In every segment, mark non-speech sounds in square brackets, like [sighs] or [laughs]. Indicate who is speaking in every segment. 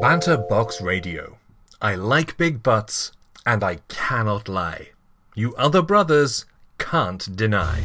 Speaker 1: Banter Box Radio. I like big butts, and I cannot lie. You other brothers can't deny.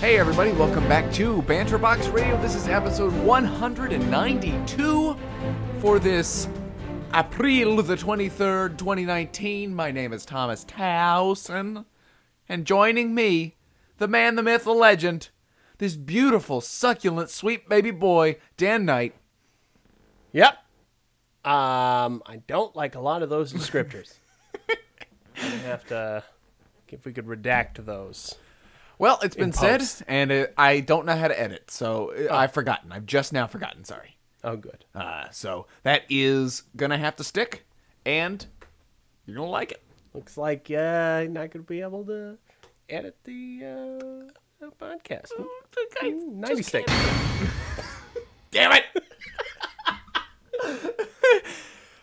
Speaker 2: Hey everybody, welcome back to Banterbox Radio. This is episode 192 for this April the 23rd, 2019. My name is Thomas Towson, and joining me, the man, the myth, the legend, this beautiful, succulent, sweet baby boy, Dan Knight.
Speaker 3: Yep. Um, I don't like a lot of
Speaker 2: [laughs]
Speaker 3: those descriptors. I have to if we could redact those.
Speaker 2: Well, it's been said,
Speaker 3: post.
Speaker 2: and uh I don't know how to edit, so uh, I've forgotten. I've just now forgotten, sorry.
Speaker 3: Oh, good.
Speaker 2: Uh, so that is going to have to stick, and you're going to like it.
Speaker 3: Looks like uh, I'm not going to be able to edit the uh, podcast.
Speaker 2: Mm,
Speaker 3: Mm, Ninety six.
Speaker 2: Damn it! [laughs]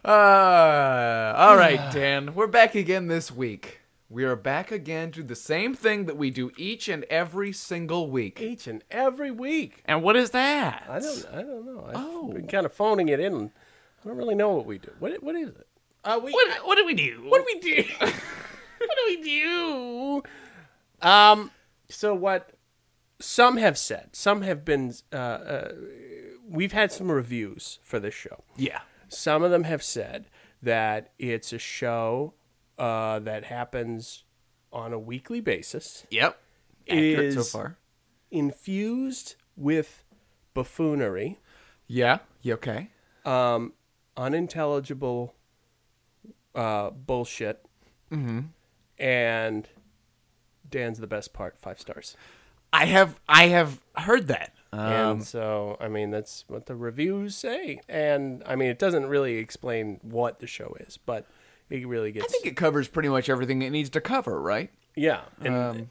Speaker 2: uh, all right, [sighs] Dan. We're back again this week. We are back again to the same thing that we do each and every single week.
Speaker 3: each and every week.
Speaker 2: And what is that?
Speaker 3: I don't. I don't know. I've
Speaker 2: Oh.
Speaker 3: been kind of phoning it in. I don't really know what we do. What? What is it? Uh, we.
Speaker 2: What, what do we do? What do we do?
Speaker 3: what do we do? Um, so what some have said, some have been, uh, uh, we've had some reviews for this show.
Speaker 2: [laughs] yeah.
Speaker 3: Some of them have said that it's a show uh, that happens on a weekly basis,
Speaker 2: Yep. Accurate so
Speaker 3: Is-
Speaker 2: far.
Speaker 3: infused with buffoonery,
Speaker 2: Yeah. You okay?
Speaker 3: um, unintelligible uh, bullshit, mm-hmm. and Dan's the best part, five stars.
Speaker 2: I have I have heard that. Um,
Speaker 3: and so, I mean, that's what the reviews say. And I mean, it doesn't really explain what the show is, but it really gets.
Speaker 2: I think it covers pretty much everything it needs to cover, right?
Speaker 3: yeah. And
Speaker 2: um,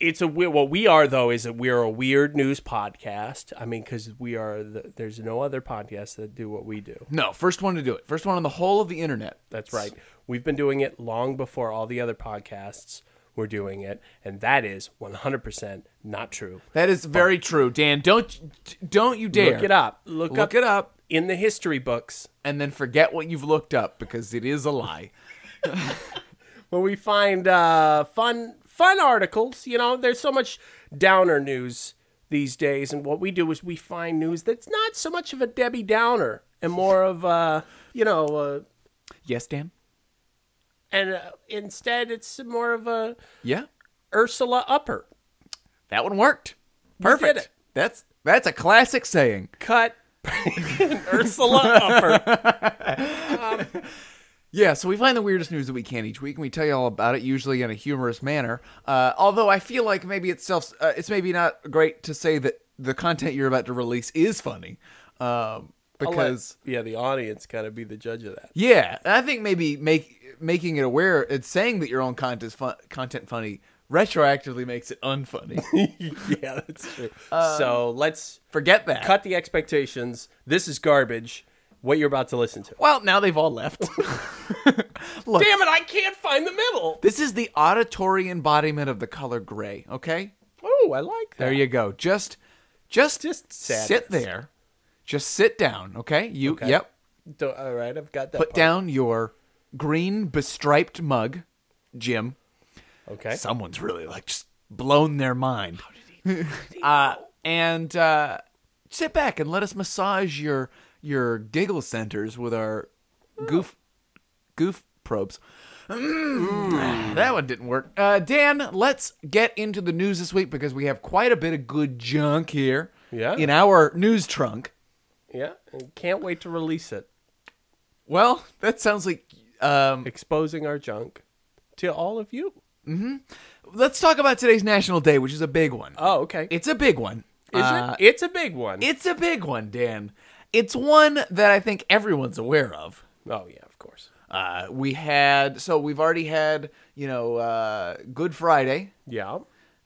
Speaker 3: it's a weird. What we are though is that we are a weird news podcast. I mean, because we are. The, there's no other podcasts that do what we do.
Speaker 2: No, first one to do it. First one on the whole of the internet.
Speaker 3: That's right. We've been doing it long before all the other podcasts were doing it, and that is 100% not true.
Speaker 2: That is very true, Dan. Don't don't you dare
Speaker 3: Look it up. Look,
Speaker 2: Look it up.
Speaker 3: in the history books.
Speaker 2: and then forget what you've looked up because it is a lie.
Speaker 3: where we find uh, fun fun articles. You know, there's so much downer news these days, and what we do is we find news that's not so much of a Debbie Downer and more of uh, you know, uh,
Speaker 2: Yes, Dan.
Speaker 3: and uh, instead it's more of a
Speaker 2: Yeah,
Speaker 3: Ursula Upper.
Speaker 2: that one worked.
Speaker 3: did
Speaker 2: Perfect.
Speaker 3: it.
Speaker 2: That's that's a classic saying.
Speaker 3: Cut. [laughs] Ursula [laughs] Upper.
Speaker 2: Yeah, so we find the weirdest news that we can each week, and we tell you all about it, usually in a humorous manner. Uh, although I feel like maybe it's self, uh, it's maybe not great to say that the content you're about to release is funny, um, because
Speaker 3: yeah, the audience got to be the judge of that.
Speaker 2: Yeah, and I think maybe make making it aware and saying that your own content fun, content funny retroactively makes it
Speaker 3: [laughs]
Speaker 2: unfunny.
Speaker 3: [laughs] yeah, that's true. Um, so let's
Speaker 2: Forget that.
Speaker 3: cut the expectations. This is garbage. What you're about to listen to.
Speaker 2: Well, now they've all
Speaker 3: [laughs]
Speaker 2: left. Look,
Speaker 3: Damn it! I can't find the middle.
Speaker 2: this is the auditory embodiment of the color gray. Okay,
Speaker 3: Oh, I like that.
Speaker 2: there you go. Just, just,
Speaker 3: Just
Speaker 2: sit
Speaker 3: sadness.
Speaker 2: there. Just sit down. Okay, you.
Speaker 3: Okay.
Speaker 2: Yep.
Speaker 3: Do- all right, I've got that.
Speaker 2: Put down your green bestriped mug, Jim.
Speaker 3: part. Okay.
Speaker 2: someone's really like just blown their mind. uh, and uh, sit back and let us massage your your giggle centers with our goof goof probes. Mm, that one didn't work. Uh, Dan, let's get into the news this week because we have quite a bit of good junk here
Speaker 3: Yeah.
Speaker 2: in our news trunk.
Speaker 3: Yeah. and Can't wait to release it.
Speaker 2: Well, that sounds like um,
Speaker 3: Exposing our junk to all of you.
Speaker 2: let's talk about today's National Day, which is a big one.
Speaker 3: Oh, okay.
Speaker 2: It's a big one.
Speaker 3: Is
Speaker 2: Uh,
Speaker 3: it? It's a big one.
Speaker 2: It's a big one, Dan. It's one that I think everyone's aware of.
Speaker 3: oh yeah, of course.
Speaker 2: Uh, we had so we've already had you know, uh, Good Friday.
Speaker 3: Yeah.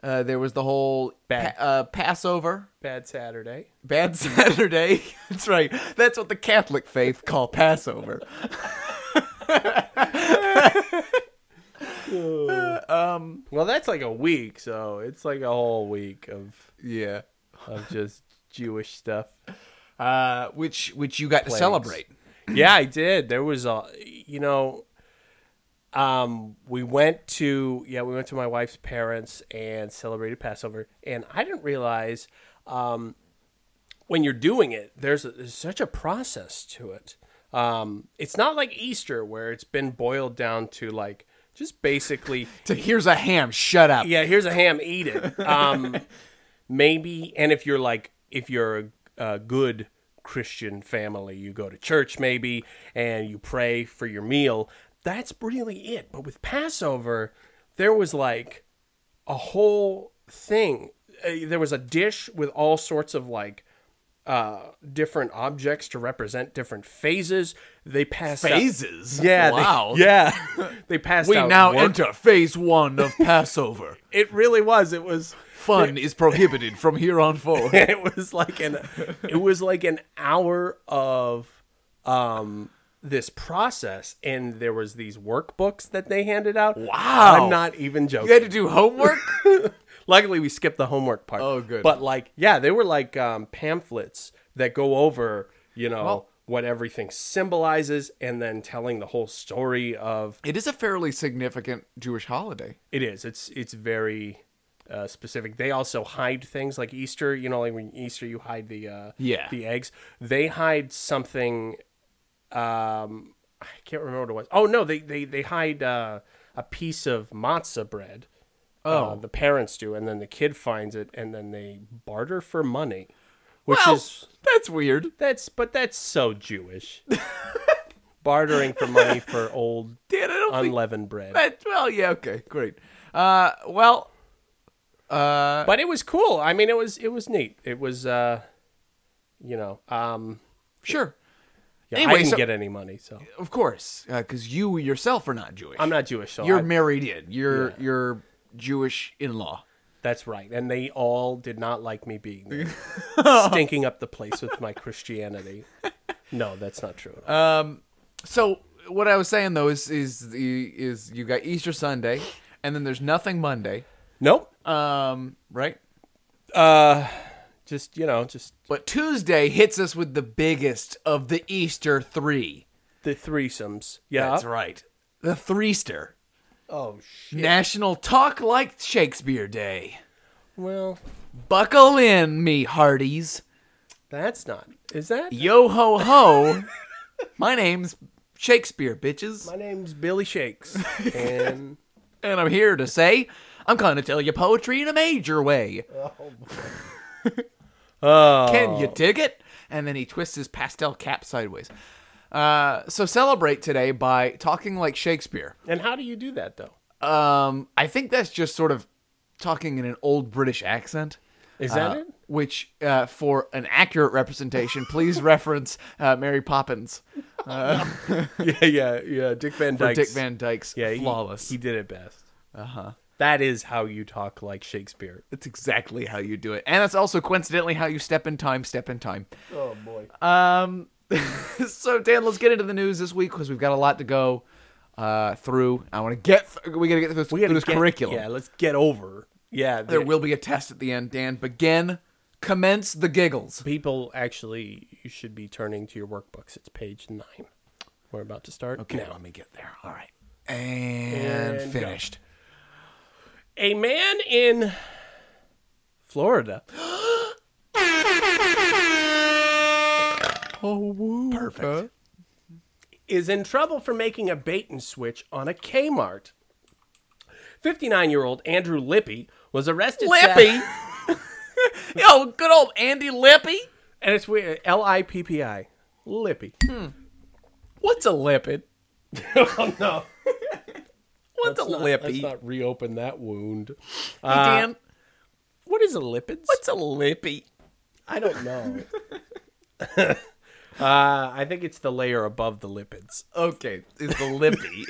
Speaker 2: Uh, there was the whole
Speaker 3: Bad.
Speaker 2: pa- uh, Passover,
Speaker 3: Bad Saturday.
Speaker 2: Bad [laughs] Saturday. That's right. That's what the Catholic faith call Passover.
Speaker 3: Well, that's like a week, so it's like a whole week of
Speaker 2: Yeah.
Speaker 3: of just Jewish stuff.
Speaker 2: Uh, which which you got to celebrate.
Speaker 3: yeah, I did. There was a, you know, um, we went to yeah, we went to my wife's parents and celebrated Passover, and I didn't realize, um, when you're doing it, there's, there's such a process to it. Um, it's not like Easter where it's been boiled down to like just basically
Speaker 2: So here's a ham. Shut up.
Speaker 3: yeah, here's a ham,
Speaker 2: [laughs]
Speaker 3: eat it. Um, maybe, and if you're like, if you're a, a good Christian family, you go to church maybe, and you pray for your meal. That's really it. But with Passover, there was like a whole thing. Uh, There was a dish with all sorts of like uh different objects to represent different phases. They passed out-
Speaker 2: Phases.
Speaker 3: Yeah. they-
Speaker 2: Wow.
Speaker 3: [laughs] yeah. they passed
Speaker 2: We
Speaker 3: out
Speaker 2: now
Speaker 3: work-
Speaker 2: enter phase one of Passover.
Speaker 3: It really was. It was
Speaker 2: Fun is prohibited from here on forward.
Speaker 3: [laughs] it was like an it was like an hour of um this process and there was these workbooks that they handed out
Speaker 2: Wow.
Speaker 3: i'm not even joking
Speaker 2: You had to do homework.
Speaker 3: luckily we skipped the homework part
Speaker 2: Oh, good.
Speaker 3: but like yeah they were like um pamphlets that go over you know
Speaker 2: Well-
Speaker 3: what everything symbolizes and then telling the whole story of
Speaker 2: [laughs] it is a fairly significant Jewish holiday.
Speaker 3: It is. It's it's very uh, specific. They also hide things like Easter. You know, like when Easter you hide the uh,
Speaker 2: Yeah.
Speaker 3: the eggs. They hide something. Um, I can't remember what it was. Oh no, they they they hide uh, a piece of matzah bread. Oh, the parents do, and then the kid finds it, and then they barter for money, which
Speaker 2: Well,
Speaker 3: is
Speaker 2: that's weird.
Speaker 3: that's but that's so
Speaker 2: [laughs]
Speaker 3: Jewish. Bartering for money for old
Speaker 2: Dan, I [laughs] don't think
Speaker 3: unleavened bread.
Speaker 2: that. Well, yeah, okay, great. Uh, well, uh,
Speaker 3: but it was cool. I mean, it was it was neat. It was, uh, you know, um,
Speaker 2: sure,
Speaker 3: yeah,
Speaker 2: Anyway,
Speaker 3: I didn't
Speaker 2: so-
Speaker 3: get any money, so
Speaker 2: of course, because you yourself are not Jewish.
Speaker 3: I'm not Jewish. So
Speaker 2: You're
Speaker 3: I-
Speaker 2: married in. You're
Speaker 3: Yeah.
Speaker 2: you're Jewish in law.
Speaker 3: that's right. And they all did not like me being there, stinking up the place with my Christianity. No, that's not true. at all.
Speaker 2: So what I was saying though is is the is you got Easter Sunday, and then there's nothing Monday.
Speaker 3: nope.
Speaker 2: Um, right.
Speaker 3: Just you know, just
Speaker 2: But Tuesday hits us with the biggest of the Easter three.
Speaker 3: the threesomes. Yeah.
Speaker 2: right. The threester.
Speaker 3: Oh shit.
Speaker 2: National Talk Like Shakespeare Day.
Speaker 3: Well,
Speaker 2: Buckle in, me hearties.
Speaker 3: that's not. Is that?
Speaker 2: Yo ho ho. My name's Shakespeare, bitches.
Speaker 3: My name's Billy Shakes, and
Speaker 2: And I'm here to say, I'm gonna tell you poetry in a major way. [laughs]
Speaker 3: oh,
Speaker 2: Can you dig it? And then he twists his pastel cap sideways. Uh, so celebrate today by talking like Shakespeare.
Speaker 3: and how do you do that though?
Speaker 2: Um, I think that's just sort of talking in an old British accent.
Speaker 3: Is that
Speaker 2: uh, [laughs]
Speaker 3: it?
Speaker 2: Which, uh, for an accurate representation, please
Speaker 3: [laughs]
Speaker 2: reference uh, Mary Poppins
Speaker 3: Yeah, yeah, yeah. Dick Van
Speaker 2: for
Speaker 3: Dyke.
Speaker 2: Dick Van Dyke's
Speaker 3: Yeah, he-
Speaker 2: flawless. Uh-huh.
Speaker 3: He, did it best. Uh huh. That is how you talk like Shakespeare.
Speaker 2: that's exactly how you do it, and that's also coincidentally how you step in time. Step in time. [laughs]
Speaker 3: Oh boy.
Speaker 2: Um, so Dan, let's get into the news this week because we've got a lot to go uh, through. I want to get th- we got to get through this, through this curriculum.
Speaker 3: Yeah, let's get over. Yeah,
Speaker 2: There
Speaker 3: the-
Speaker 2: will be a test at the end. Dan, begin. Commence the giggles.
Speaker 3: people actually. You should be turning to your workbooks. It's page nine. We're about to start. Okay. Now.
Speaker 2: me get there. All right, and,
Speaker 3: And go.
Speaker 2: finished.
Speaker 3: A man in Florida. [gasps]
Speaker 2: Oh, woo. perfect.
Speaker 3: is in trouble for making a bait and switch on a Kmart. 59 year old Andrew Lippy was arrested. Sat-
Speaker 2: Lippy.
Speaker 3: [laughs]
Speaker 2: Yo, good old Andy Lippy.
Speaker 3: and it's weird. L I P P I. Lippy.
Speaker 2: What's a lippid?
Speaker 3: Hmm. [laughs] oh, no.
Speaker 2: What's a lippy?
Speaker 3: Let's not reopen that wound.
Speaker 2: Hey, Dan,
Speaker 3: What is a lipids?
Speaker 2: what's a lippy?
Speaker 3: I don't know. [laughs] uh, I think it's the layer above the lipids.
Speaker 2: Okay, is the lippy.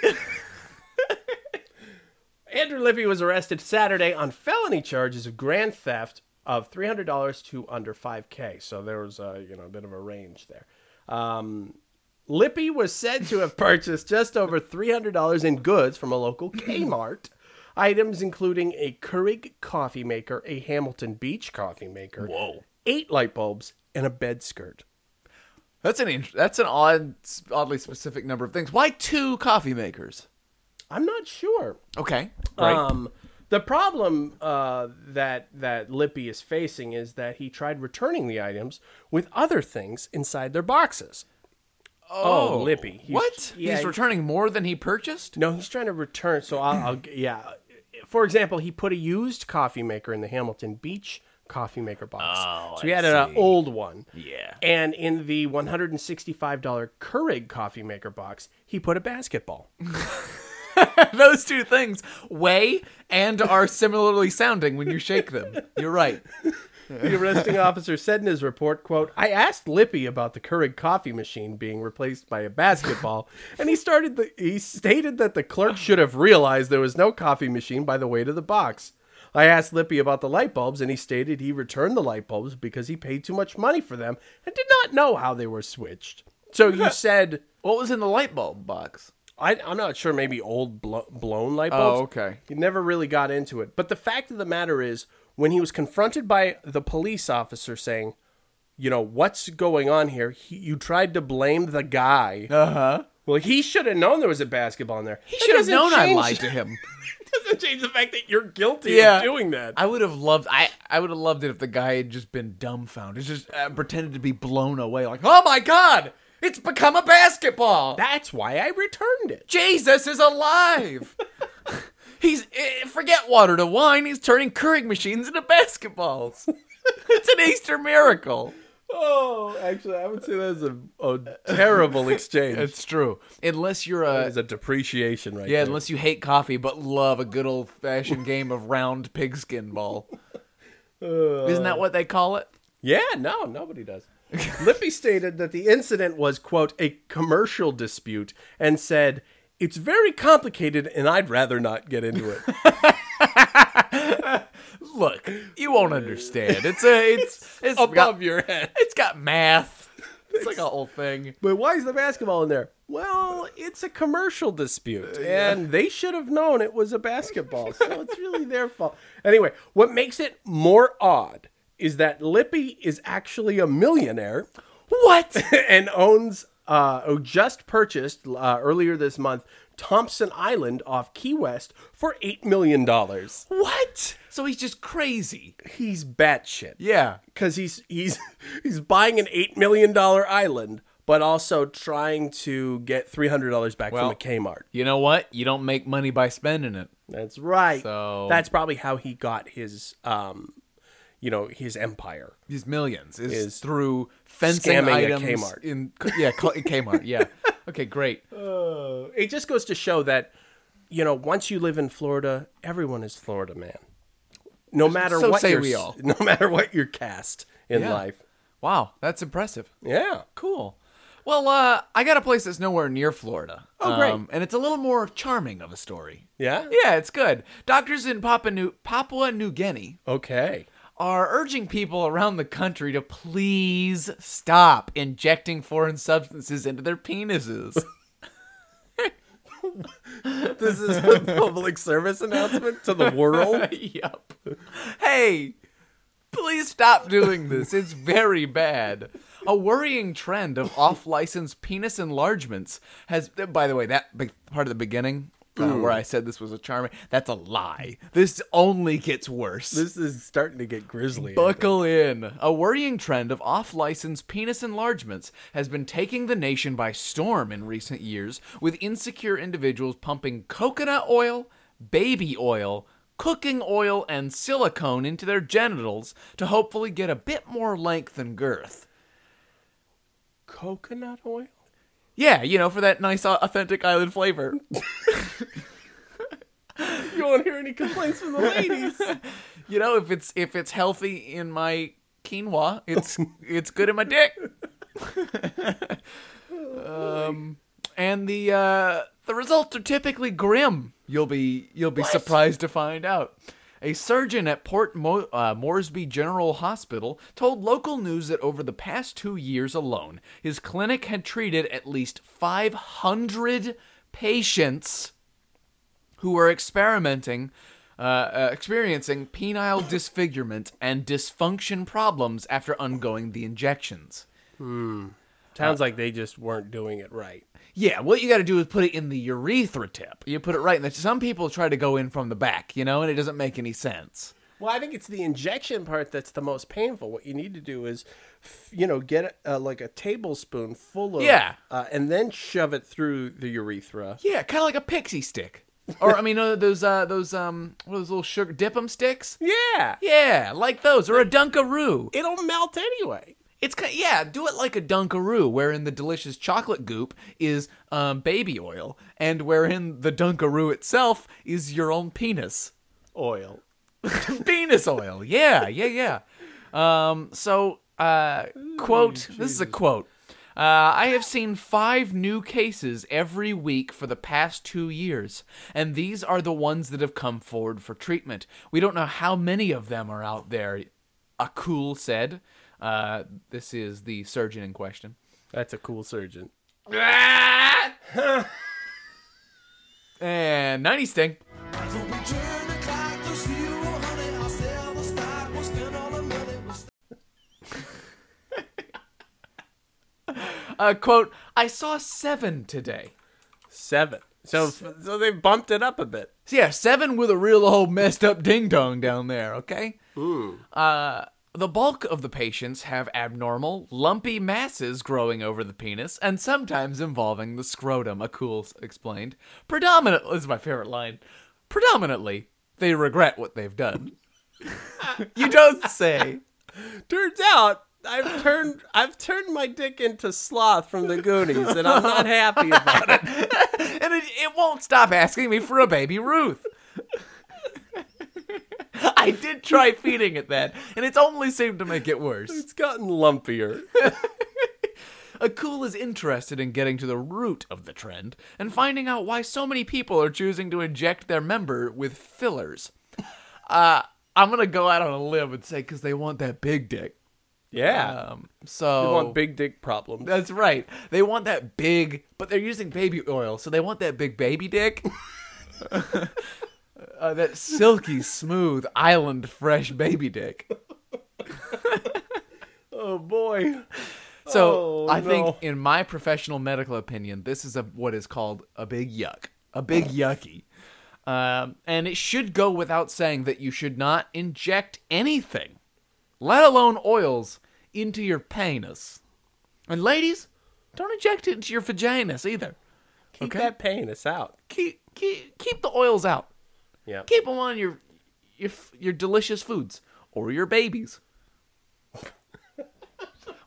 Speaker 3: Andrew Libby was arrested Saturday on felony charges of grand theft of three hundred dollars to under five k. So there was a you know a bit of a range there. Um, Lippy was said to have purchased just over three hundred dollars in goods from a local Kmart. Items including a Keurig coffee maker, a Hamilton Beach coffee maker,
Speaker 2: Whoa.
Speaker 3: eight light bulbs, and a bed skirt.
Speaker 2: That's an int- that's an odd, oddly specific number of things. Why two coffee makers?
Speaker 3: I'm not sure.
Speaker 2: Okay, right.
Speaker 3: Um, the problem uh, that that Lippy is facing is that he tried returning the items with other things inside their boxes. Oh, Lippy. He's-
Speaker 2: what?
Speaker 3: yeah,
Speaker 2: he's
Speaker 3: he-
Speaker 2: returning more than he purchased. [laughs]
Speaker 3: No, he's trying to return. So I'll, I'll yeah. For example, he put a used coffee maker in the Hamilton Beach coffee maker box.
Speaker 2: Oh,
Speaker 3: so he
Speaker 2: I
Speaker 3: had an old one.
Speaker 2: Yeah.
Speaker 3: And in the $165 Keurig coffee maker box, he put a basketball.
Speaker 2: Those two things weigh and are similarly sounding when you shake them. You're right.
Speaker 3: The arresting officer said in his report, quote, I asked Lippy about the Keurig coffee machine being replaced by a basketball, and he started the he stated that the clerk should have realized there was no coffee machine by the weight of the box. I asked Lippy about the light bulbs, and he stated he returned the light bulbs because he paid too much money for them and did not know how they were switched. So you said
Speaker 2: What was in the light bulb box?
Speaker 3: I, I'm not sure. Maybe old blo- blown light bulbs.
Speaker 2: Oh, okay.
Speaker 3: He never really got into it. But the fact of the matter is, when he was confronted by the police officer saying, "You know what's going on here," he, you tried to blame the guy.
Speaker 2: Uh huh.
Speaker 3: Well, he should have known there was a basketball in there.
Speaker 2: He should have known I
Speaker 3: [laughs]
Speaker 2: lied to him.
Speaker 3: doesn't change the fact that you're guilty
Speaker 2: Yeah.
Speaker 3: of doing that.
Speaker 2: I would have loved. I I would have loved it if the guy had just been dumbfounded, just uh, pretended to be blown away, like, "Oh my god, it's become a basketball!
Speaker 3: That's why I returned it.
Speaker 2: Jesus is [laughs] alive! he's eh, forget water to wine. He's turning Keurig machines into basketballs. [laughs] it's an Easter miracle.
Speaker 3: Oh, actually, I would say that's a, a [laughs] terrible exchange. it's, uh,
Speaker 2: It's true, unless you're a
Speaker 3: a depreciation, right?
Speaker 2: yeah,
Speaker 3: there.
Speaker 2: unless you hate coffee but love a good old fashioned game of round pigskin ball. Isn't that what they call it?
Speaker 3: Yeah, no, nobody does. Lippy stated that the incident was, quote, a commercial dispute and said, it's very complicated and I'd rather not get into it.
Speaker 2: Look, you won't understand. It's a [laughs] it's it's got,
Speaker 3: your head.
Speaker 2: it's got math. It's like a whole thing.
Speaker 3: But why is the basketball in there? Well, it's a commercial
Speaker 2: Uh,
Speaker 3: dispute, and they should have known it was a basketball, so it's really their fault. Anyway, what makes it more odd is that Lippy is actually a millionaire.
Speaker 2: What?
Speaker 3: [laughs] and owns uh, oh, just purchased uh, earlier this month Thompson Island off Key West for eight million dollars.
Speaker 2: What? So he's just crazy.
Speaker 3: He's batshit.
Speaker 2: Yeah.
Speaker 3: because he's he's [laughs] he's buying an eight million dollar island, but also trying to get three hundred dollars back
Speaker 2: Well-
Speaker 3: from a Kmart.
Speaker 2: You know what? You don't make money by spending it.
Speaker 3: That's right.
Speaker 2: So-
Speaker 3: that's probably how he got his um, you know, his empire.
Speaker 2: These millions is,
Speaker 3: Is
Speaker 2: through fencing
Speaker 3: scamming at
Speaker 2: items
Speaker 3: Kmart.
Speaker 2: in yeah, K- Kmart,
Speaker 3: [laughs]
Speaker 2: yeah. Okay, great.
Speaker 3: It just goes to show that you know, once you live in Florida, everyone is Florida man. No matter
Speaker 2: So
Speaker 3: what
Speaker 2: say
Speaker 3: your-
Speaker 2: we all.
Speaker 3: [laughs] no matter what your cast in
Speaker 2: Yeah.
Speaker 3: life.
Speaker 2: Wow, that's impressive.
Speaker 3: Yeah.
Speaker 2: Cool. Well, uh, I got a place that's nowhere near Florida. Um,
Speaker 3: Oh, great.
Speaker 2: and it's a little more charming of a story.
Speaker 3: Yeah.
Speaker 2: Yeah, it's good. Doctors in Papua New, Papua New Guinea [laughs]
Speaker 3: Okay. [laughs]
Speaker 2: are urging people around the country to please stop injecting foreign substances into their penises.
Speaker 3: This is a public service announcement to the world.
Speaker 2: [laughs] yup. Hey, please stop doing this. It's very bad. A worrying trend of off-license penis enlargements has. By the way, that big part of the beginning uh, where I said this was a charming, that's a lie. This only gets worse.
Speaker 3: This is starting to get grisly.
Speaker 2: Buckle in. A worrying trend of off license penis enlargements has been taking the nation by storm in recent years, with insecure individuals pumping coconut oil, baby oil, cooking oil, and silicone into their genitals to hopefully get a bit more length and girth.
Speaker 3: coconut oil?
Speaker 2: Yeah, you know, for that nice, au- authentic island flavor.
Speaker 3: You won't hear any complaints from the ladies.
Speaker 2: [laughs] You know, if it's if it's healthy in my quinoa, it's it's good in my dick. um, and the uh, the results are typically grim. You'll be you'll be surprised to find out. A surgeon at Port Mo- uh, Moresby General Hospital told local news that over the past two years alone, his clinic had treated at least 500 patients who were experimenting, uh, uh, experiencing penile disfigurement and dysfunction problems after undergoing the injections.
Speaker 3: [laughs] Sounds like they just weren't doing it right.
Speaker 2: Yeah, what you got to do is put it in the urethra tip. You put it right in the. Some people try to go in from the back, you know, and it doesn't make any sense.
Speaker 3: Well, I think it's the injection part that's the most painful. What you need to do is, f- you know, get uh, like a tablespoon full of
Speaker 2: Yeah.
Speaker 3: uh, and then shove it through the urethra.
Speaker 2: Yeah, kind of like a pixie stick, or I mean, uh, those uh, those um, what are those little sugar dip 'em sticks?
Speaker 3: Yeah,
Speaker 2: Yeah, like those, or a Dunkaroo.
Speaker 3: it'll melt anyway.
Speaker 2: It's kind yeah, do it like a Dunkaroo, wherein the delicious chocolate goop is um, baby oil, and wherein the Dunkaroo itself is your own penis.
Speaker 3: Oil.
Speaker 2: [laughs] penis oil. Yeah, yeah, yeah. Um, so, uh, quote, this is a quote. Uh, I have seen five new cases every week for the past two years, and these are the ones that have come forward for treatment. We don't know how many of them are out there, Akul said. Uh, this is the surgeon in question.
Speaker 3: That's a cool surgeon.
Speaker 2: [laughs] And 90 Sting. [laughs] Uh, quote, I saw seven today.
Speaker 3: Seven. So so they bumped it up a bit.
Speaker 2: So yeah, seven with a real old messed up ding dong down there, okay? Uh, the bulk of the patients have abnormal, lumpy masses growing over the penis and sometimes involving the scrotum, Akul s- explained. Predominantly, this is my favorite line. Predominantly, they regret what they've done. you don't say.
Speaker 3: Turns out I've turned I've turned my dick into sloth from the Goonies, and I'm not happy about it.
Speaker 2: and it, it won't stop asking me for a baby Ruth. I did try feeding it that, and it's only seemed to make it worse.
Speaker 3: It's gotten lumpier.
Speaker 2: Akul is interested in getting to the root of the trend and finding out why so many people are choosing to inject their member with fillers. [laughs] Uh, I'm gonna go out on a limb and say because they want that big dick.
Speaker 3: Yeah. Oh.
Speaker 2: Um, so
Speaker 3: Uh, I want big dick
Speaker 2: [laughs]
Speaker 3: problems.
Speaker 2: That's right. They want that big, but they're using baby oil, so they want that big baby dick. [laughs] uh, that silky, smooth, island fresh baby dick.
Speaker 3: Oh boy.
Speaker 2: So
Speaker 3: Oh,
Speaker 2: I
Speaker 3: no.
Speaker 2: think, in my professional medical opinion, this is a what is called a big yuck, a big yucky, um, and it should go without saying that you should not inject anything, let alone oils, into your penis. And ladies, don't inject it into your vaginas either.
Speaker 3: Keep
Speaker 2: Okay.
Speaker 3: that penis out.
Speaker 2: Keep keep keep the oils out.
Speaker 3: Yeah.
Speaker 2: Keep them on your your f- your delicious foods or your babies. [laughs]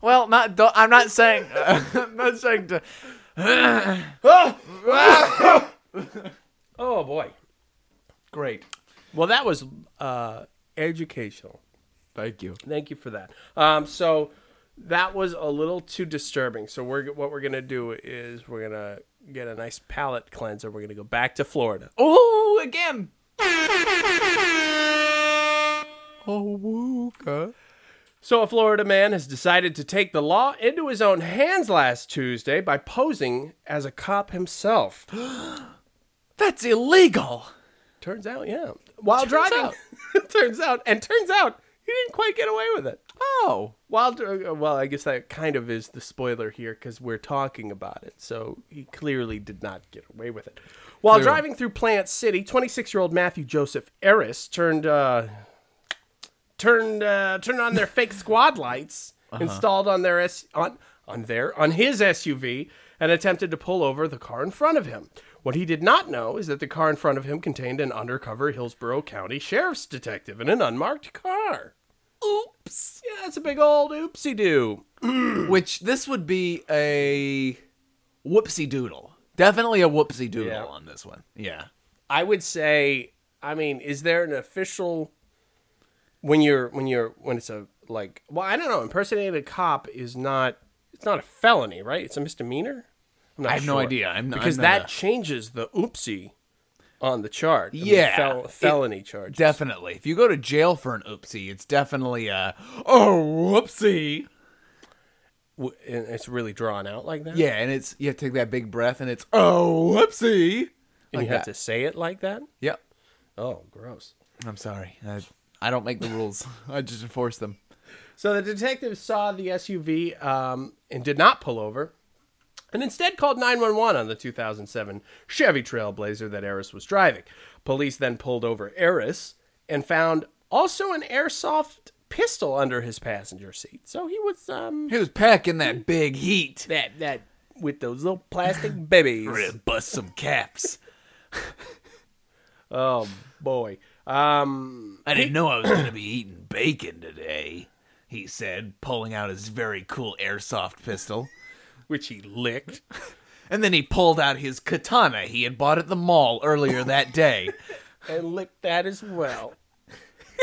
Speaker 2: well, not do- I'm not saying [laughs] I'm not saying to
Speaker 3: Oh boy.
Speaker 2: great.
Speaker 3: Well, that was uh, educational.
Speaker 2: Thank you.
Speaker 3: Thank you for that. Um, so that was a little too disturbing. So we're what we're gonna do is we're gonna get a nice palate cleanser. We're gonna go back to Florida.
Speaker 2: Oh, again. Oh, wooka.
Speaker 3: So a Florida man has decided to take the law into his own hands last Tuesday by posing as a cop himself.
Speaker 2: That's illegal.
Speaker 3: turns out, yeah. While
Speaker 2: Turns
Speaker 3: driving,
Speaker 2: out.
Speaker 3: [laughs] turns out, and turns out he didn't quite get away with it.
Speaker 2: Oh,
Speaker 3: While dr- uh, well, I guess that kind of is the spoiler here because we're talking about it. So he clearly did not get away with it. While
Speaker 2: Clearly.
Speaker 3: driving through Plant City, 26-year-old Matthew Joseph Eris turned uh, turned uh, turned on their fake squad lights installed on their S- on on their on his SUV and attempted to pull over the car in front of him. What he did not know is that the car in front of him contained an undercover Hillsborough County sheriff's detective in an unmarked car. Oops. Yeah, that's a big
Speaker 2: [clears throat]
Speaker 3: old oopsie doo.
Speaker 2: which this would be a whoopsie doodle. Definitely a whoopsie doodle
Speaker 3: Yeah.
Speaker 2: on this one. Yeah.
Speaker 3: I would say I mean, is there an official when you're when you're when it's a like well, I don't know, impersonating a cop is not it's not a felony, right? It's a misdemeanor. I'm not
Speaker 2: I have no
Speaker 3: sure.
Speaker 2: idea. I'm not-
Speaker 3: because
Speaker 2: I'm not
Speaker 3: that
Speaker 2: a-
Speaker 3: changes the oopsie on the chart. I mean,
Speaker 2: Yeah.
Speaker 3: fel-
Speaker 2: It-
Speaker 3: felony charge.
Speaker 2: Definitely. If you go to jail for an oopsie, it's definitely a oh whoopsie.
Speaker 3: W- and it's really drawn out like that.
Speaker 2: Yeah, and it's you have to take that big breath, and it's oh whoopsie.
Speaker 3: and
Speaker 2: like
Speaker 3: you have
Speaker 2: that.
Speaker 3: to say it like that.
Speaker 2: Yep.
Speaker 3: Oh, gross.
Speaker 2: I'm sorry. I, I don't make the rules. I just enforce them.
Speaker 3: So the detective saw the SUV um, and did not pull over, and instead called 911 on the 2007 Chevy Trailblazer that Eris was driving. Police then pulled over Eris and found also an airsoft pistol under his passenger seat. So he was um
Speaker 2: He was packing that big heat.
Speaker 3: that that with those little plastic babies.
Speaker 2: bust some caps.
Speaker 3: Oh boy. Um
Speaker 2: I didn't know I was going to be eating bacon today, he said, pulling out his very cool airsoft pistol.
Speaker 3: which he licked.
Speaker 2: And then he pulled out his katana he had bought at the mall earlier that day.
Speaker 3: and licked that as well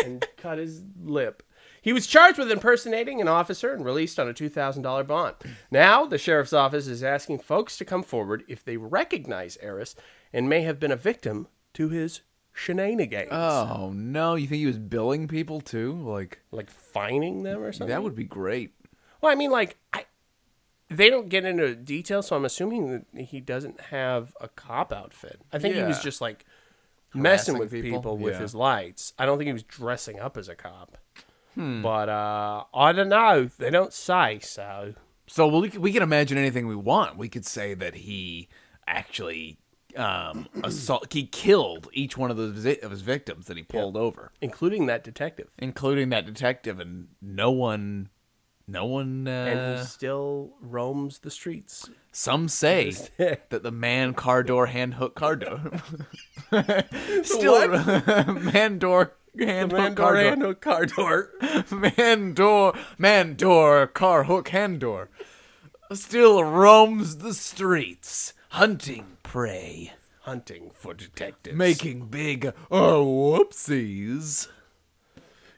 Speaker 3: and cut his lip. He was charged with impersonating an officer and released on a $2,000 bond. Now, the sheriff's office is asking folks to come forward if they recognize Eris and may have been a victim to his shenanigans.
Speaker 2: oh, no. You think he was billing people too? Like,
Speaker 3: like fining them or something?
Speaker 2: that would be great.
Speaker 3: Well, I mean, like, I, they don't get into detail, so I'm assuming that he doesn't have a cop outfit. I think he was
Speaker 2: Yeah.
Speaker 3: just, like, messing
Speaker 2: Harassing
Speaker 3: with people,
Speaker 2: people?
Speaker 3: with
Speaker 2: Yeah.
Speaker 3: his lights. I don't think he was dressing up as a cop.
Speaker 2: Hmm.
Speaker 3: But uh, I don't know. They don't say so.
Speaker 2: So we, we can imagine anything we want. We could say that he actually
Speaker 3: [clears throat]
Speaker 2: um, assault, he killed each one of, those, vi- of his victims that he pulled over.
Speaker 3: Including that detective.
Speaker 2: including that detective and no one no one
Speaker 3: and he
Speaker 2: uh,
Speaker 3: still roams the streets.
Speaker 2: some say that the man car door hand hook car door [laughs] still [laughs] man door hand hook car door
Speaker 3: Mandorano
Speaker 2: [laughs]
Speaker 3: Cardor.
Speaker 2: man door man door car hook hand door still roams the streets hunting prey
Speaker 3: Hunting for detectives.
Speaker 2: making big oh whoopsies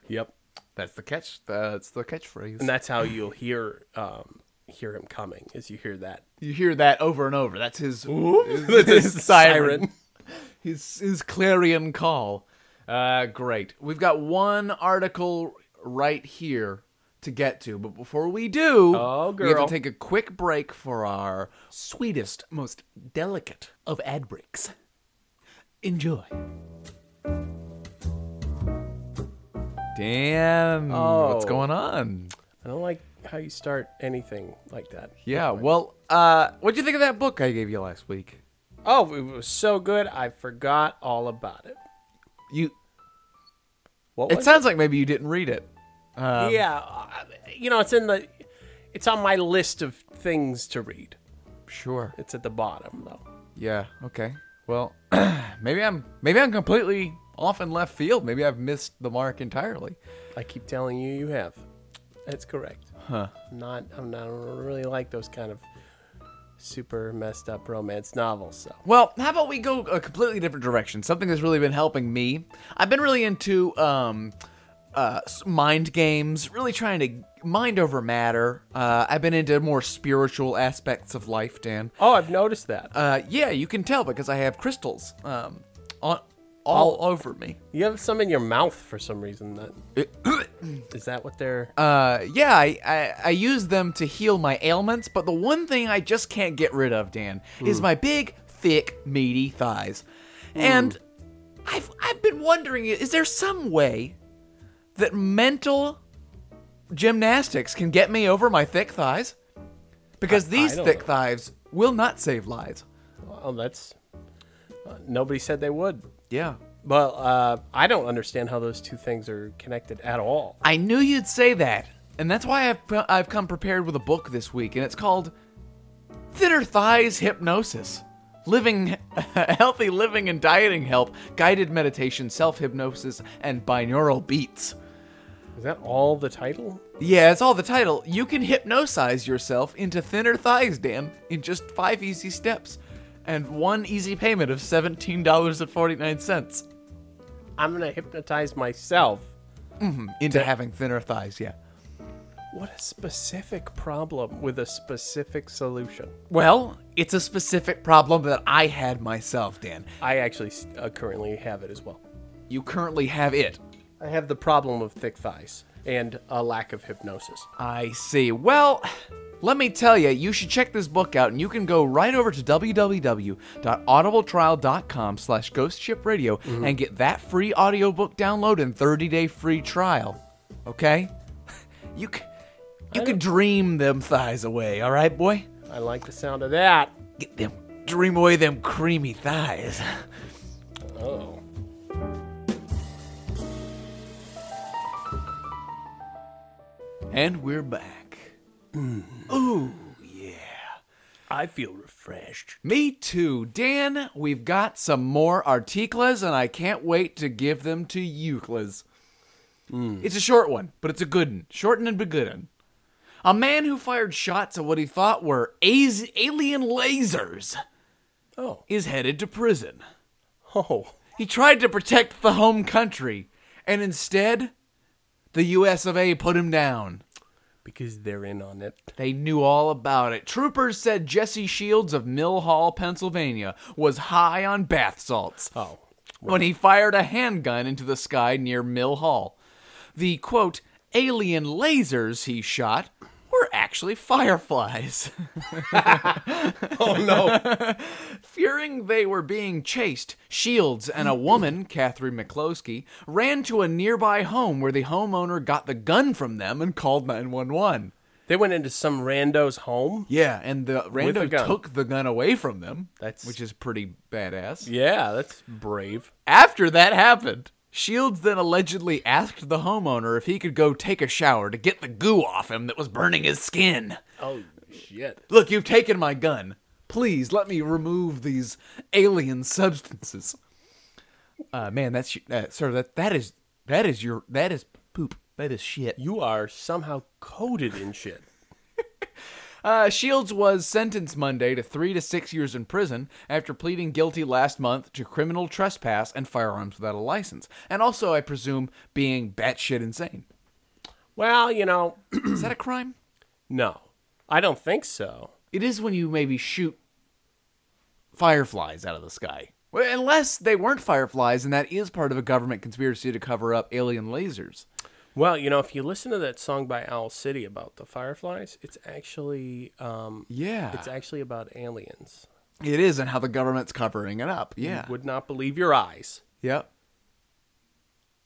Speaker 3: Yep.
Speaker 2: that's the catch that's the catchphrase
Speaker 3: And that's how you'll hear um, hear him coming, is you
Speaker 2: [laughs]
Speaker 3: hear that
Speaker 2: you hear that over and over. That's his, [laughs] his,
Speaker 3: [laughs] That's his
Speaker 2: his siren.
Speaker 3: siren.
Speaker 2: His his clarion call. Uh, great. We've got one article right here to get to, but before we do,
Speaker 3: Oh,
Speaker 2: we have
Speaker 3: girl.
Speaker 2: to take a quick break for our sweetest, most delicate of ad breaks. Enjoy. Dan, what's
Speaker 3: Oh.
Speaker 2: going on?
Speaker 3: I don't like how you start anything like that.
Speaker 2: Yeah, well, uh, what'd you think of that book I gave you last week?
Speaker 3: Oh, it was so good, I forgot all about it.
Speaker 2: You
Speaker 3: What
Speaker 2: It
Speaker 3: was
Speaker 2: sounds like maybe you didn't read it.
Speaker 3: it? Yeah, I- you know, it's in the, it's on my list of things to read.
Speaker 2: Sure.
Speaker 3: It's at the bottom though.
Speaker 2: Yeah. Okay. Well, [clears throat] maybe I'm maybe I'm completely off in left field. Maybe I've missed the mark entirely.
Speaker 3: I keep telling you, you have. That's correct. Huh? Not, I'm not I don't really like those kind of super messed up romance novels. So
Speaker 2: Well, how about we go a completely different direction? Something that's really been helping me. I've been really into um, uh, s- mind games, really trying to mind over matter. Uh, I've been into more spiritual aspects of life, Dan.
Speaker 3: oh, I've noticed that.
Speaker 2: Uh, yeah, you can tell because I have crystals um, on, all over me.
Speaker 3: you have some in your mouth for some reason. [coughs] That is that what they're?
Speaker 2: uh, yeah, I, I, I use them to heal my ailments, but the one thing I just can't get rid of, Dan,
Speaker 3: Hmm.
Speaker 2: is my big, thick, meaty thighs. And I've, I've been wondering is there some way that mental gymnastics can get me over my thick thighs? Because these
Speaker 3: don't
Speaker 2: thick
Speaker 3: know.
Speaker 2: thighs will not save lives.
Speaker 3: oh, that's. uh, nobody said they would.
Speaker 2: Yeah.
Speaker 3: Well, uh, I don't understand how those two things are connected at all.
Speaker 2: I knew you'd say that, and that's why I've I've come prepared with a book this week, and it's called "Thinner Thighs Hypnosis: Living [laughs] Healthy Living and Dieting Help, Guided Meditation, Self Hypnosis, and Binaural Beats."
Speaker 3: Is that all the title?
Speaker 2: Yeah, it's all the title. You can hypnosize yourself into thinner thighs, Dan, in just five easy steps, and one easy payment of seventeen dollars and forty nine cents
Speaker 3: I'm gonna hypnotize myself.
Speaker 2: into having thinner thighs. Yeah.
Speaker 3: What a specific problem with a specific solution.
Speaker 2: Well, it's a specific problem that I had myself, Dan.
Speaker 3: I actually uh, currently have it as well.
Speaker 2: You currently have it.
Speaker 3: I have the problem of thick thighs and a lack of hypnosis.
Speaker 2: I see. Well, let me tell you, you should check this book out, and you can go right over to www.audibletrial.com slash ghostshipradio and get that free audiobook download and 30-day free trial. Okay? [laughs] you c- you can dream them thighs away, all right, boy?
Speaker 3: I like the sound of that.
Speaker 2: Get them, dream away them creamy thighs.
Speaker 3: Oh.
Speaker 2: And we're back.
Speaker 3: I feel refreshed.
Speaker 2: Me too. Dan, we've got some more articles, and I can't wait to give them to Euclides. It's a short one, but it's a good one. Short and a good one. A man who fired shots at what he thought were az- alien lasers
Speaker 3: Oh.
Speaker 2: is headed to prison.
Speaker 3: Oh.
Speaker 2: He tried to protect the home country, and instead, the US of A put him down.
Speaker 3: Because they're in on it.
Speaker 2: They knew all about it. Troopers said Jesse Shields of Mill Hall, Pennsylvania, was high on bath salts
Speaker 3: Oh. [laughs]
Speaker 2: when he fired a handgun into the sky near Mill Hall. The quote, alien lasers he shot were actually fireflies. [laughs]
Speaker 3: Oh no.
Speaker 2: Fearing they were being chased, Shields and a woman, Catherine McCloskey, ran to a nearby home where the homeowner got the gun from them and called 911.
Speaker 3: they went into some rando's home?
Speaker 2: Yeah, and the
Speaker 3: a
Speaker 2: rando
Speaker 3: gun.
Speaker 2: took the gun away from them.
Speaker 3: That's-
Speaker 2: which is pretty badass.
Speaker 3: Yeah, that's brave.
Speaker 2: After that happened, Shields then allegedly asked the homeowner if he could go take a shower to get the goo off him that was burning his skin.
Speaker 3: Oh shit.
Speaker 2: Look, you've taken my gun. Please let me remove these alien substances. Uh, man, that's uh, sir. That that is that is your that is poop. That is shit.
Speaker 3: You are somehow coated in shit.
Speaker 2: Uh, Shields was sentenced Monday to three to six years in prison after pleading guilty last month to criminal trespass and firearms without a license, and also, I presume, being batshit insane.
Speaker 3: Well, you know,
Speaker 2: Is that a crime?
Speaker 3: no. I don't think so.
Speaker 2: It is when you maybe shoot fireflies out of the sky. Well, unless they weren't fireflies, and that is part of a government conspiracy to cover up alien lasers.
Speaker 3: Well, you know, if you listen to that song by Owl City about the fireflies, it's actually um
Speaker 2: Yeah.
Speaker 3: it's actually about aliens.
Speaker 2: It is, and how the government's covering it up. Yeah.
Speaker 3: You would not believe your eyes.
Speaker 2: Yep.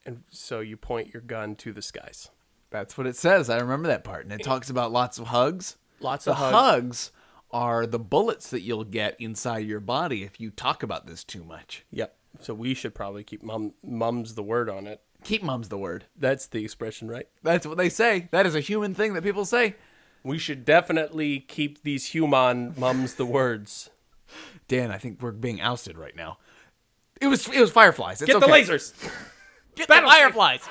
Speaker 3: And so you point your gun to the skies.
Speaker 2: That's what it says. I remember that part. And it talks about lots of hugs.
Speaker 3: Lots
Speaker 2: the
Speaker 3: of hugs.
Speaker 2: hugs are the bullets that you'll get inside your body if you talk about this too much.
Speaker 3: Yep. So we should probably keep mum mum's the word on it.
Speaker 2: Keep mum's the word.
Speaker 3: That's the expression, right?
Speaker 2: That's what they say. That is a human thing that people say.
Speaker 3: We should definitely keep these human mums the words.
Speaker 2: Dan, I think we're being ousted right now. It was it was fireflies. It's
Speaker 3: Get
Speaker 2: okay.
Speaker 3: the lasers.
Speaker 2: Get the fireflies.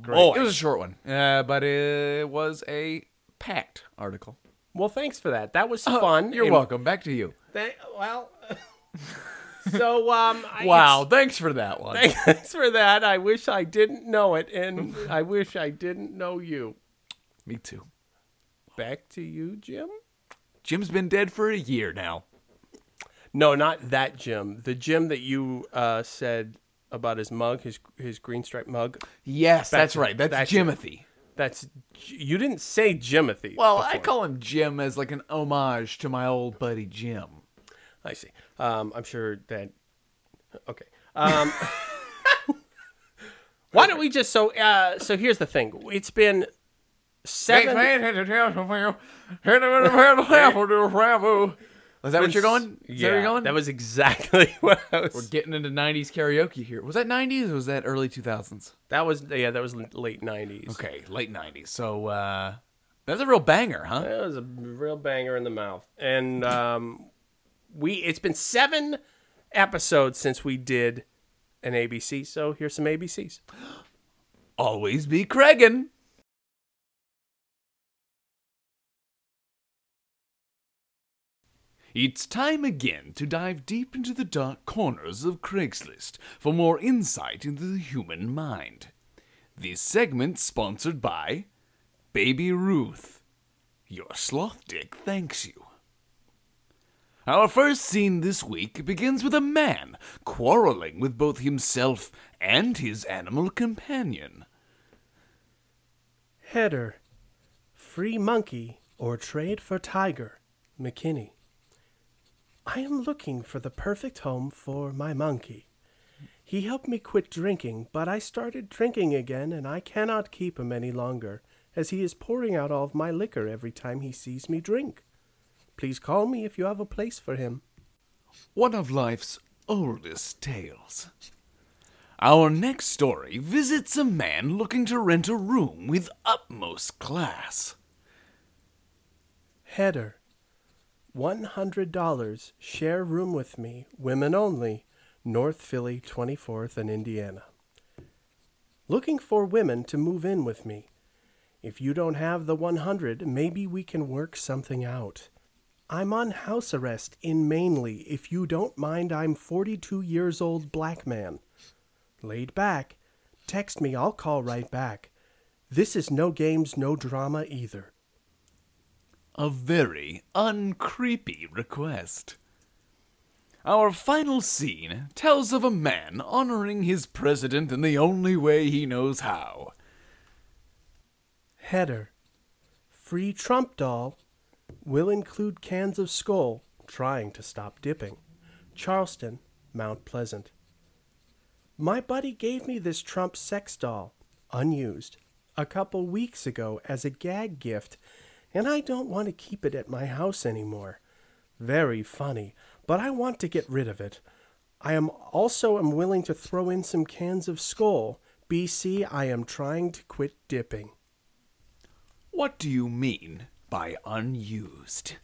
Speaker 3: Boy. Oh,
Speaker 2: It was a short one, uh, but it was a packed article.
Speaker 3: well, thanks for that. That was fun.
Speaker 2: Uh, You're
Speaker 3: And
Speaker 2: welcome. Back to you.
Speaker 3: thank- [laughs] well, so um. I-
Speaker 2: Wow, thanks for that one.
Speaker 3: it's- [laughs] Thanks for that. I wish I didn't know it, and I wish I didn't know you.
Speaker 2: Me too.
Speaker 3: Back to you, Jim.
Speaker 2: Jim's been dead for a year now.
Speaker 3: No, not that Jim. The Jim that you uh, said about his mug, his his green stripe mug.
Speaker 2: Yes, that's
Speaker 3: to-
Speaker 2: right. That's,
Speaker 3: back to-
Speaker 2: Jimothy.
Speaker 3: That's you didn't say Jimothy.
Speaker 2: Well, I call him Jim as like an homage to my old buddy Jim.
Speaker 3: I see. Um, I'm sure that. Okay. Um, [laughs] why don't we just so uh, so? Here's the thing. It's been seven.
Speaker 2: [laughs] Is that what you're going? Is that where
Speaker 3: Yeah,
Speaker 2: you're going?
Speaker 3: that was exactly [laughs] what I
Speaker 2: We're
Speaker 3: was.
Speaker 2: getting into 90s karaoke here. Was that 90s or was that early 2000s?
Speaker 3: That was yeah. That was late '90s.
Speaker 2: Okay, late 90s. So uh, that's a real banger, huh?
Speaker 3: That was a real banger in the mouth. And um, we it's been seven episodes since we did an ABC. So here's some ABCs.
Speaker 2: Always be Craigin. It's time again to dive deep into the dark corners of Craigslist for more insight into the human mind. This segment sponsored by Baby Ruth. Your sloth dick thanks you. Our first scene this week begins with a man quarreling with both himself and his animal companion.
Speaker 3: Header Free monkey or trade for tiger. McKinney. I am looking for the perfect home for my monkey. He helped me quit drinking, but I started drinking again and I cannot keep him any longer, as he is pouring out all of my liquor every time he sees me drink. Please call me if you have a place for him.
Speaker 2: one of life's oldest tales. Our next story visits a man looking to rent a room with utmost class.
Speaker 3: Header $100. Share room with me. Women only. North Philly, 24th and Indiana. Looking for women to move in with me. If you don't have the 100, maybe we can work something out. I'm on house arrest in Mainly. If you don't mind, I'm 42 years old black man. Laid back. Text me, I'll call right back. This is no games, no drama either.
Speaker 2: A very uncreepy request. Our final scene tells of a man honoring his president in the only way he knows how.
Speaker 3: Header Free Trump doll will include cans of skull trying to stop dipping. Charleston, Mount Pleasant. My buddy gave me this Trump sex doll, unused, a couple weeks ago as a gag gift, and I don't want to keep it at my house anymore. Very funny, but I want to get rid of it. I am also am willing to throw in some cans of skull. BC, I am trying to quit dipping.
Speaker 2: What do you mean by unused?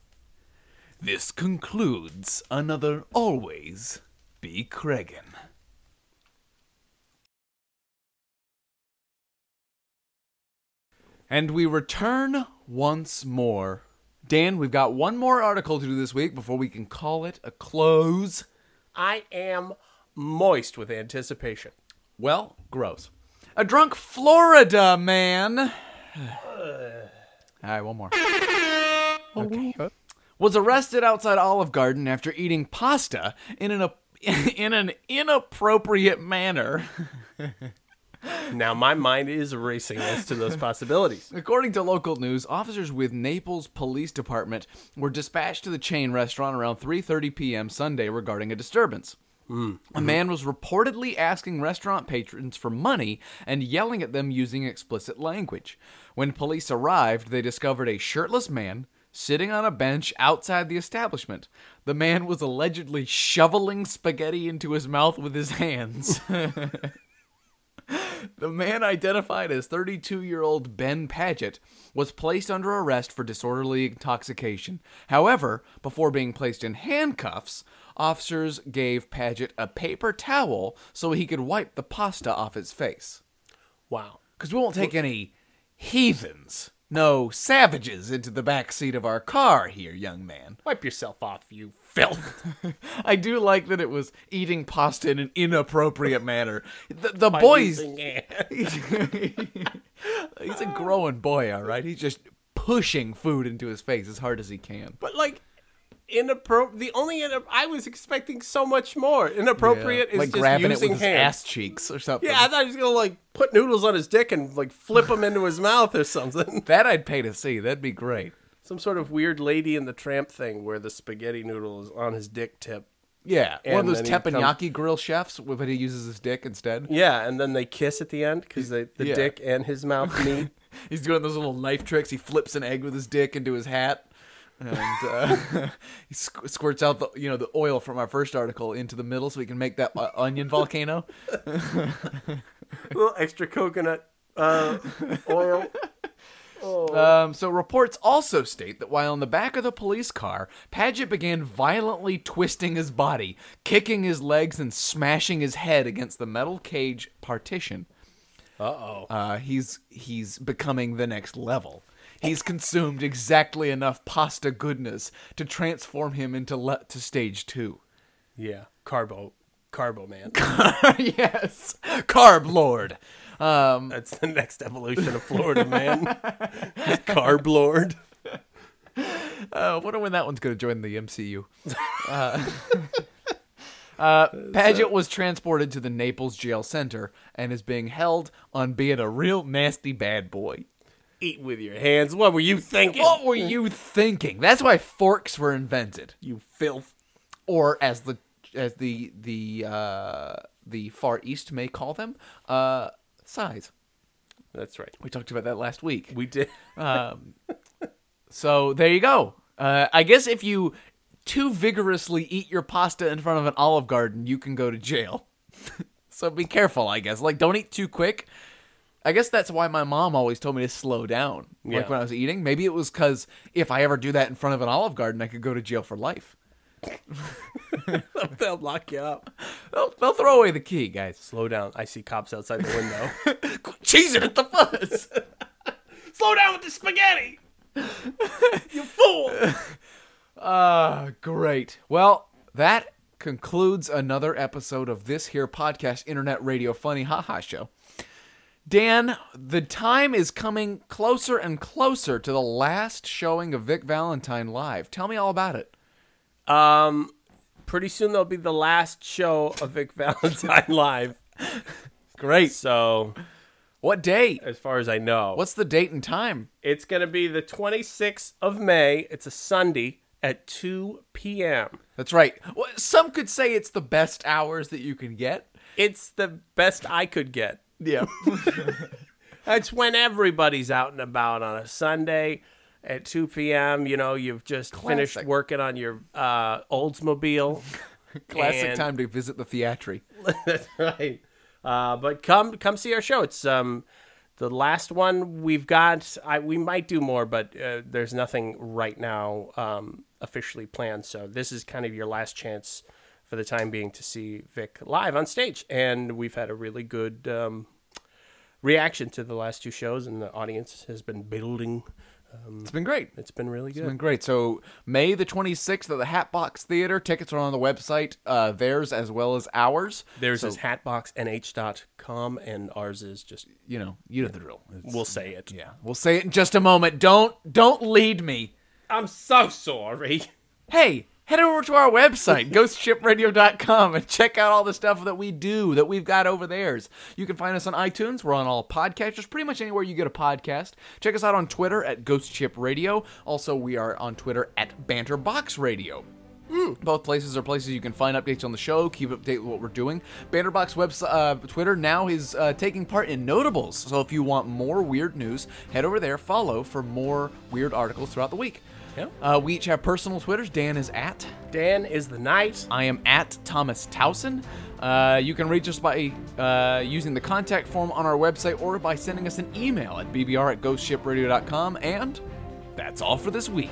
Speaker 2: This concludes another Always Be Cregan. And we return once more. Dan, we've got one more article to do this week before we can call it a close.
Speaker 3: I am moist with anticipation.
Speaker 2: Well, gross. A drunk Florida man. [sighs] All right, one more. Okay. Was arrested outside Olive Garden after eating pasta in an [laughs] in an inappropriate manner.
Speaker 3: Now my mind is racing as
Speaker 2: [laughs]
Speaker 3: to those possibilities.
Speaker 2: According to local news, officers with Naples Police Department were dispatched to the chain restaurant around 3:30 p.m. Sunday regarding a disturbance. A man was reportedly asking restaurant patrons for money and yelling at them using explicit language. When police arrived, they discovered a shirtless man sitting on a bench outside the establishment. The man was allegedly shoveling spaghetti into his mouth with his hands. [laughs] The man identified as 32 year old Ben Paget was placed under arrest for disorderly intoxication. However, before being placed in handcuffs, officers gave Paget a paper towel so he could wipe the pasta off his face.
Speaker 3: Wow.
Speaker 2: Because we won't take any heathens, no savages, into the back seat of our car here, young man.
Speaker 3: Wipe yourself off, you filth.
Speaker 2: [laughs] I do like that it was eating pasta in an inappropriate manner. The, the boys. [laughs] He's a growing boy, all right. He's just pushing food into his face as hard as he can.
Speaker 3: but like inappropriate the only inap- I was expecting so much more. Inappropriate is
Speaker 2: like
Speaker 3: just
Speaker 2: grabbing
Speaker 3: using
Speaker 2: it with his
Speaker 3: hands.
Speaker 2: ass cheeks or something.
Speaker 3: Yeah, I thought he was gonna like put noodles on his dick and like flip them into his mouth or something. [laughs]
Speaker 2: that I'd pay to see. That'd be great.
Speaker 3: Some sort of weird lady in the tramp thing where the spaghetti noodle is on his dick tip.
Speaker 2: Yeah, one
Speaker 3: And
Speaker 2: of those
Speaker 3: then he comes-
Speaker 2: teppanyaki grill chefs, but he uses his dick instead.
Speaker 3: Yeah, and then they kiss at the end because the
Speaker 2: Yeah.
Speaker 3: dick and his mouth meet.
Speaker 2: He's doing those little knife tricks. He flips an egg with his dick into his hat, and uh, [laughs] he squ- squirts out the you know the oil from our first article into the middle so he can make that uh, onion volcano.
Speaker 3: little extra coconut uh, [laughs] oil.
Speaker 2: Um, so reports also state that while in the back of the police car, Paget began violently twisting his body, kicking his legs, and smashing his head against the metal cage partition. Uh-oh. he's he's becoming the next level. He's consumed exactly enough pasta goodness to transform him into le- to stage two. [laughs]
Speaker 3: Yeah, carbo Carbo Man.
Speaker 2: yes, carb lord. Um,
Speaker 3: That's the next evolution of Florida Man. Carb Lord.
Speaker 2: I Uh, wonder when that one's going to join the MCU. Uh, [laughs] uh, Paget was transported to the Naples jail center and is being held on being a real nasty bad boy.
Speaker 3: Eat with your hands. What were you thinking?
Speaker 2: What were you thinking? That's why forks were invented,
Speaker 3: You filth.
Speaker 2: or as the as the the uh, the Far East may call them, uh, size.
Speaker 3: That's right.
Speaker 2: We talked about that last week.
Speaker 3: We did. [laughs]
Speaker 2: So there you go. Uh, I guess if you too vigorously eat your pasta in front of an Olive Garden, you can go to jail. [laughs] so be careful, I guess. Like, don't eat too quick. I guess that's why my mom always told me to slow down.
Speaker 3: Yeah.
Speaker 2: Like when I was eating, maybe it was because if I ever do that in front of an Olive Garden, I could go to jail for life.
Speaker 3: They'll lock you up.
Speaker 2: They'll, they'll throw away the key, guys.
Speaker 3: Slow down. I see cops outside the window.
Speaker 2: Cheese it at the fuzz.
Speaker 3: [laughs] Slow down with the [laughs] spaghetti. you fool.
Speaker 2: Ah, great. Well, that concludes another episode of this here podcast, Internet Radio Funny Haha Show. Dan, the time is coming closer and closer to the last showing of Vic Valentine live. Tell me all about it.
Speaker 3: Um, pretty soon there'll be the last show of Vic Valentine [laughs] live.
Speaker 2: Great.
Speaker 3: So,
Speaker 2: What date?
Speaker 3: as far as I know,
Speaker 2: What's the date and time?
Speaker 3: it's going to be the 26th of May. It's a Sunday at 2 p.m.
Speaker 2: That's right. Well, Some could say it's the best hours that you can get.
Speaker 3: It's the best I could get.
Speaker 2: Yeah.
Speaker 3: That's when everybody's out and about on a Sunday at 2 p.m. You know, you've just finished
Speaker 2: Classic.
Speaker 3: working on your uh, Oldsmobile.
Speaker 2: [laughs] [laughs] Classic
Speaker 3: And-
Speaker 2: time to visit the theatry.
Speaker 3: [laughs] That's right. Uh, but come come see our show. It's um the last one we've got. I we might do more, but uh, there's nothing right now um, officially planned. So this is kind of your last chance for the time being to see Vic live on stage, and we've had a really good um, reaction to the last two shows, and the audience has been building.
Speaker 2: It's been great.
Speaker 3: It's been really good.
Speaker 2: It's been great. So May the 26th at the Hatbox Theater. Tickets are on the website, uh, theirs as well as ours.
Speaker 3: There's
Speaker 2: so,
Speaker 3: is hatboxnh.com, and ours is just
Speaker 2: you know, you know the drill. It's-
Speaker 3: we'll say it.
Speaker 2: yeah, we'll say it in just a moment. Don't don't lead me.
Speaker 3: I'm so sorry. [laughs]
Speaker 2: Hey, head over to our website, ghostshipradio.com, and check out all the stuff that we do that we've got over theirs. You can find us on iTunes. We're on all podcasters, pretty much anywhere you get a podcast. Check us out on Twitter at Ghost Ship Radio. Also, we are on Twitter at Banterbox Radio. Both places are places you can find updates on the show, keep up to date with what we're doing. Bannerbox website, uh, Twitter now is uh, taking part in Notables, so if you want more weird news, head over there, follow for more weird articles throughout the week.
Speaker 3: Yeah.
Speaker 2: Uh, we each have personal Twitters. Dan is at.
Speaker 3: Dan is the night.
Speaker 2: I am at Thomas Towson. Uh, you can reach us by uh, using the contact form on our website or by sending us an email at bbr at ghostshipradio.com. And that's all for this week.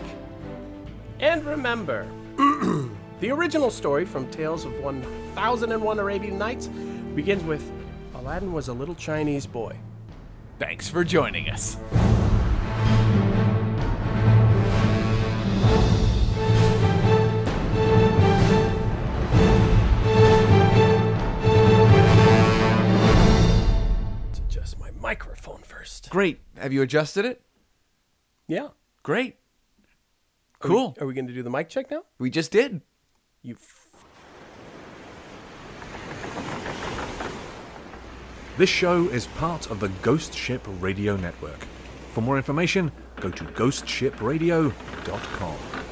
Speaker 3: And remember, [clears throat] the original story from Tales of 1001 Arabian Nights begins with Aladdin was a little Chinese boy.
Speaker 2: Thanks for joining us.
Speaker 3: To adjust my microphone first.
Speaker 2: Great. Have you adjusted it?
Speaker 3: Yeah.
Speaker 2: Great. Cool.
Speaker 3: Are we going to do the mic check now?
Speaker 2: We just did.
Speaker 3: You. F-
Speaker 1: This show is part of the Ghost Ship Radio Network. For more information, go to ghostshipradio.com.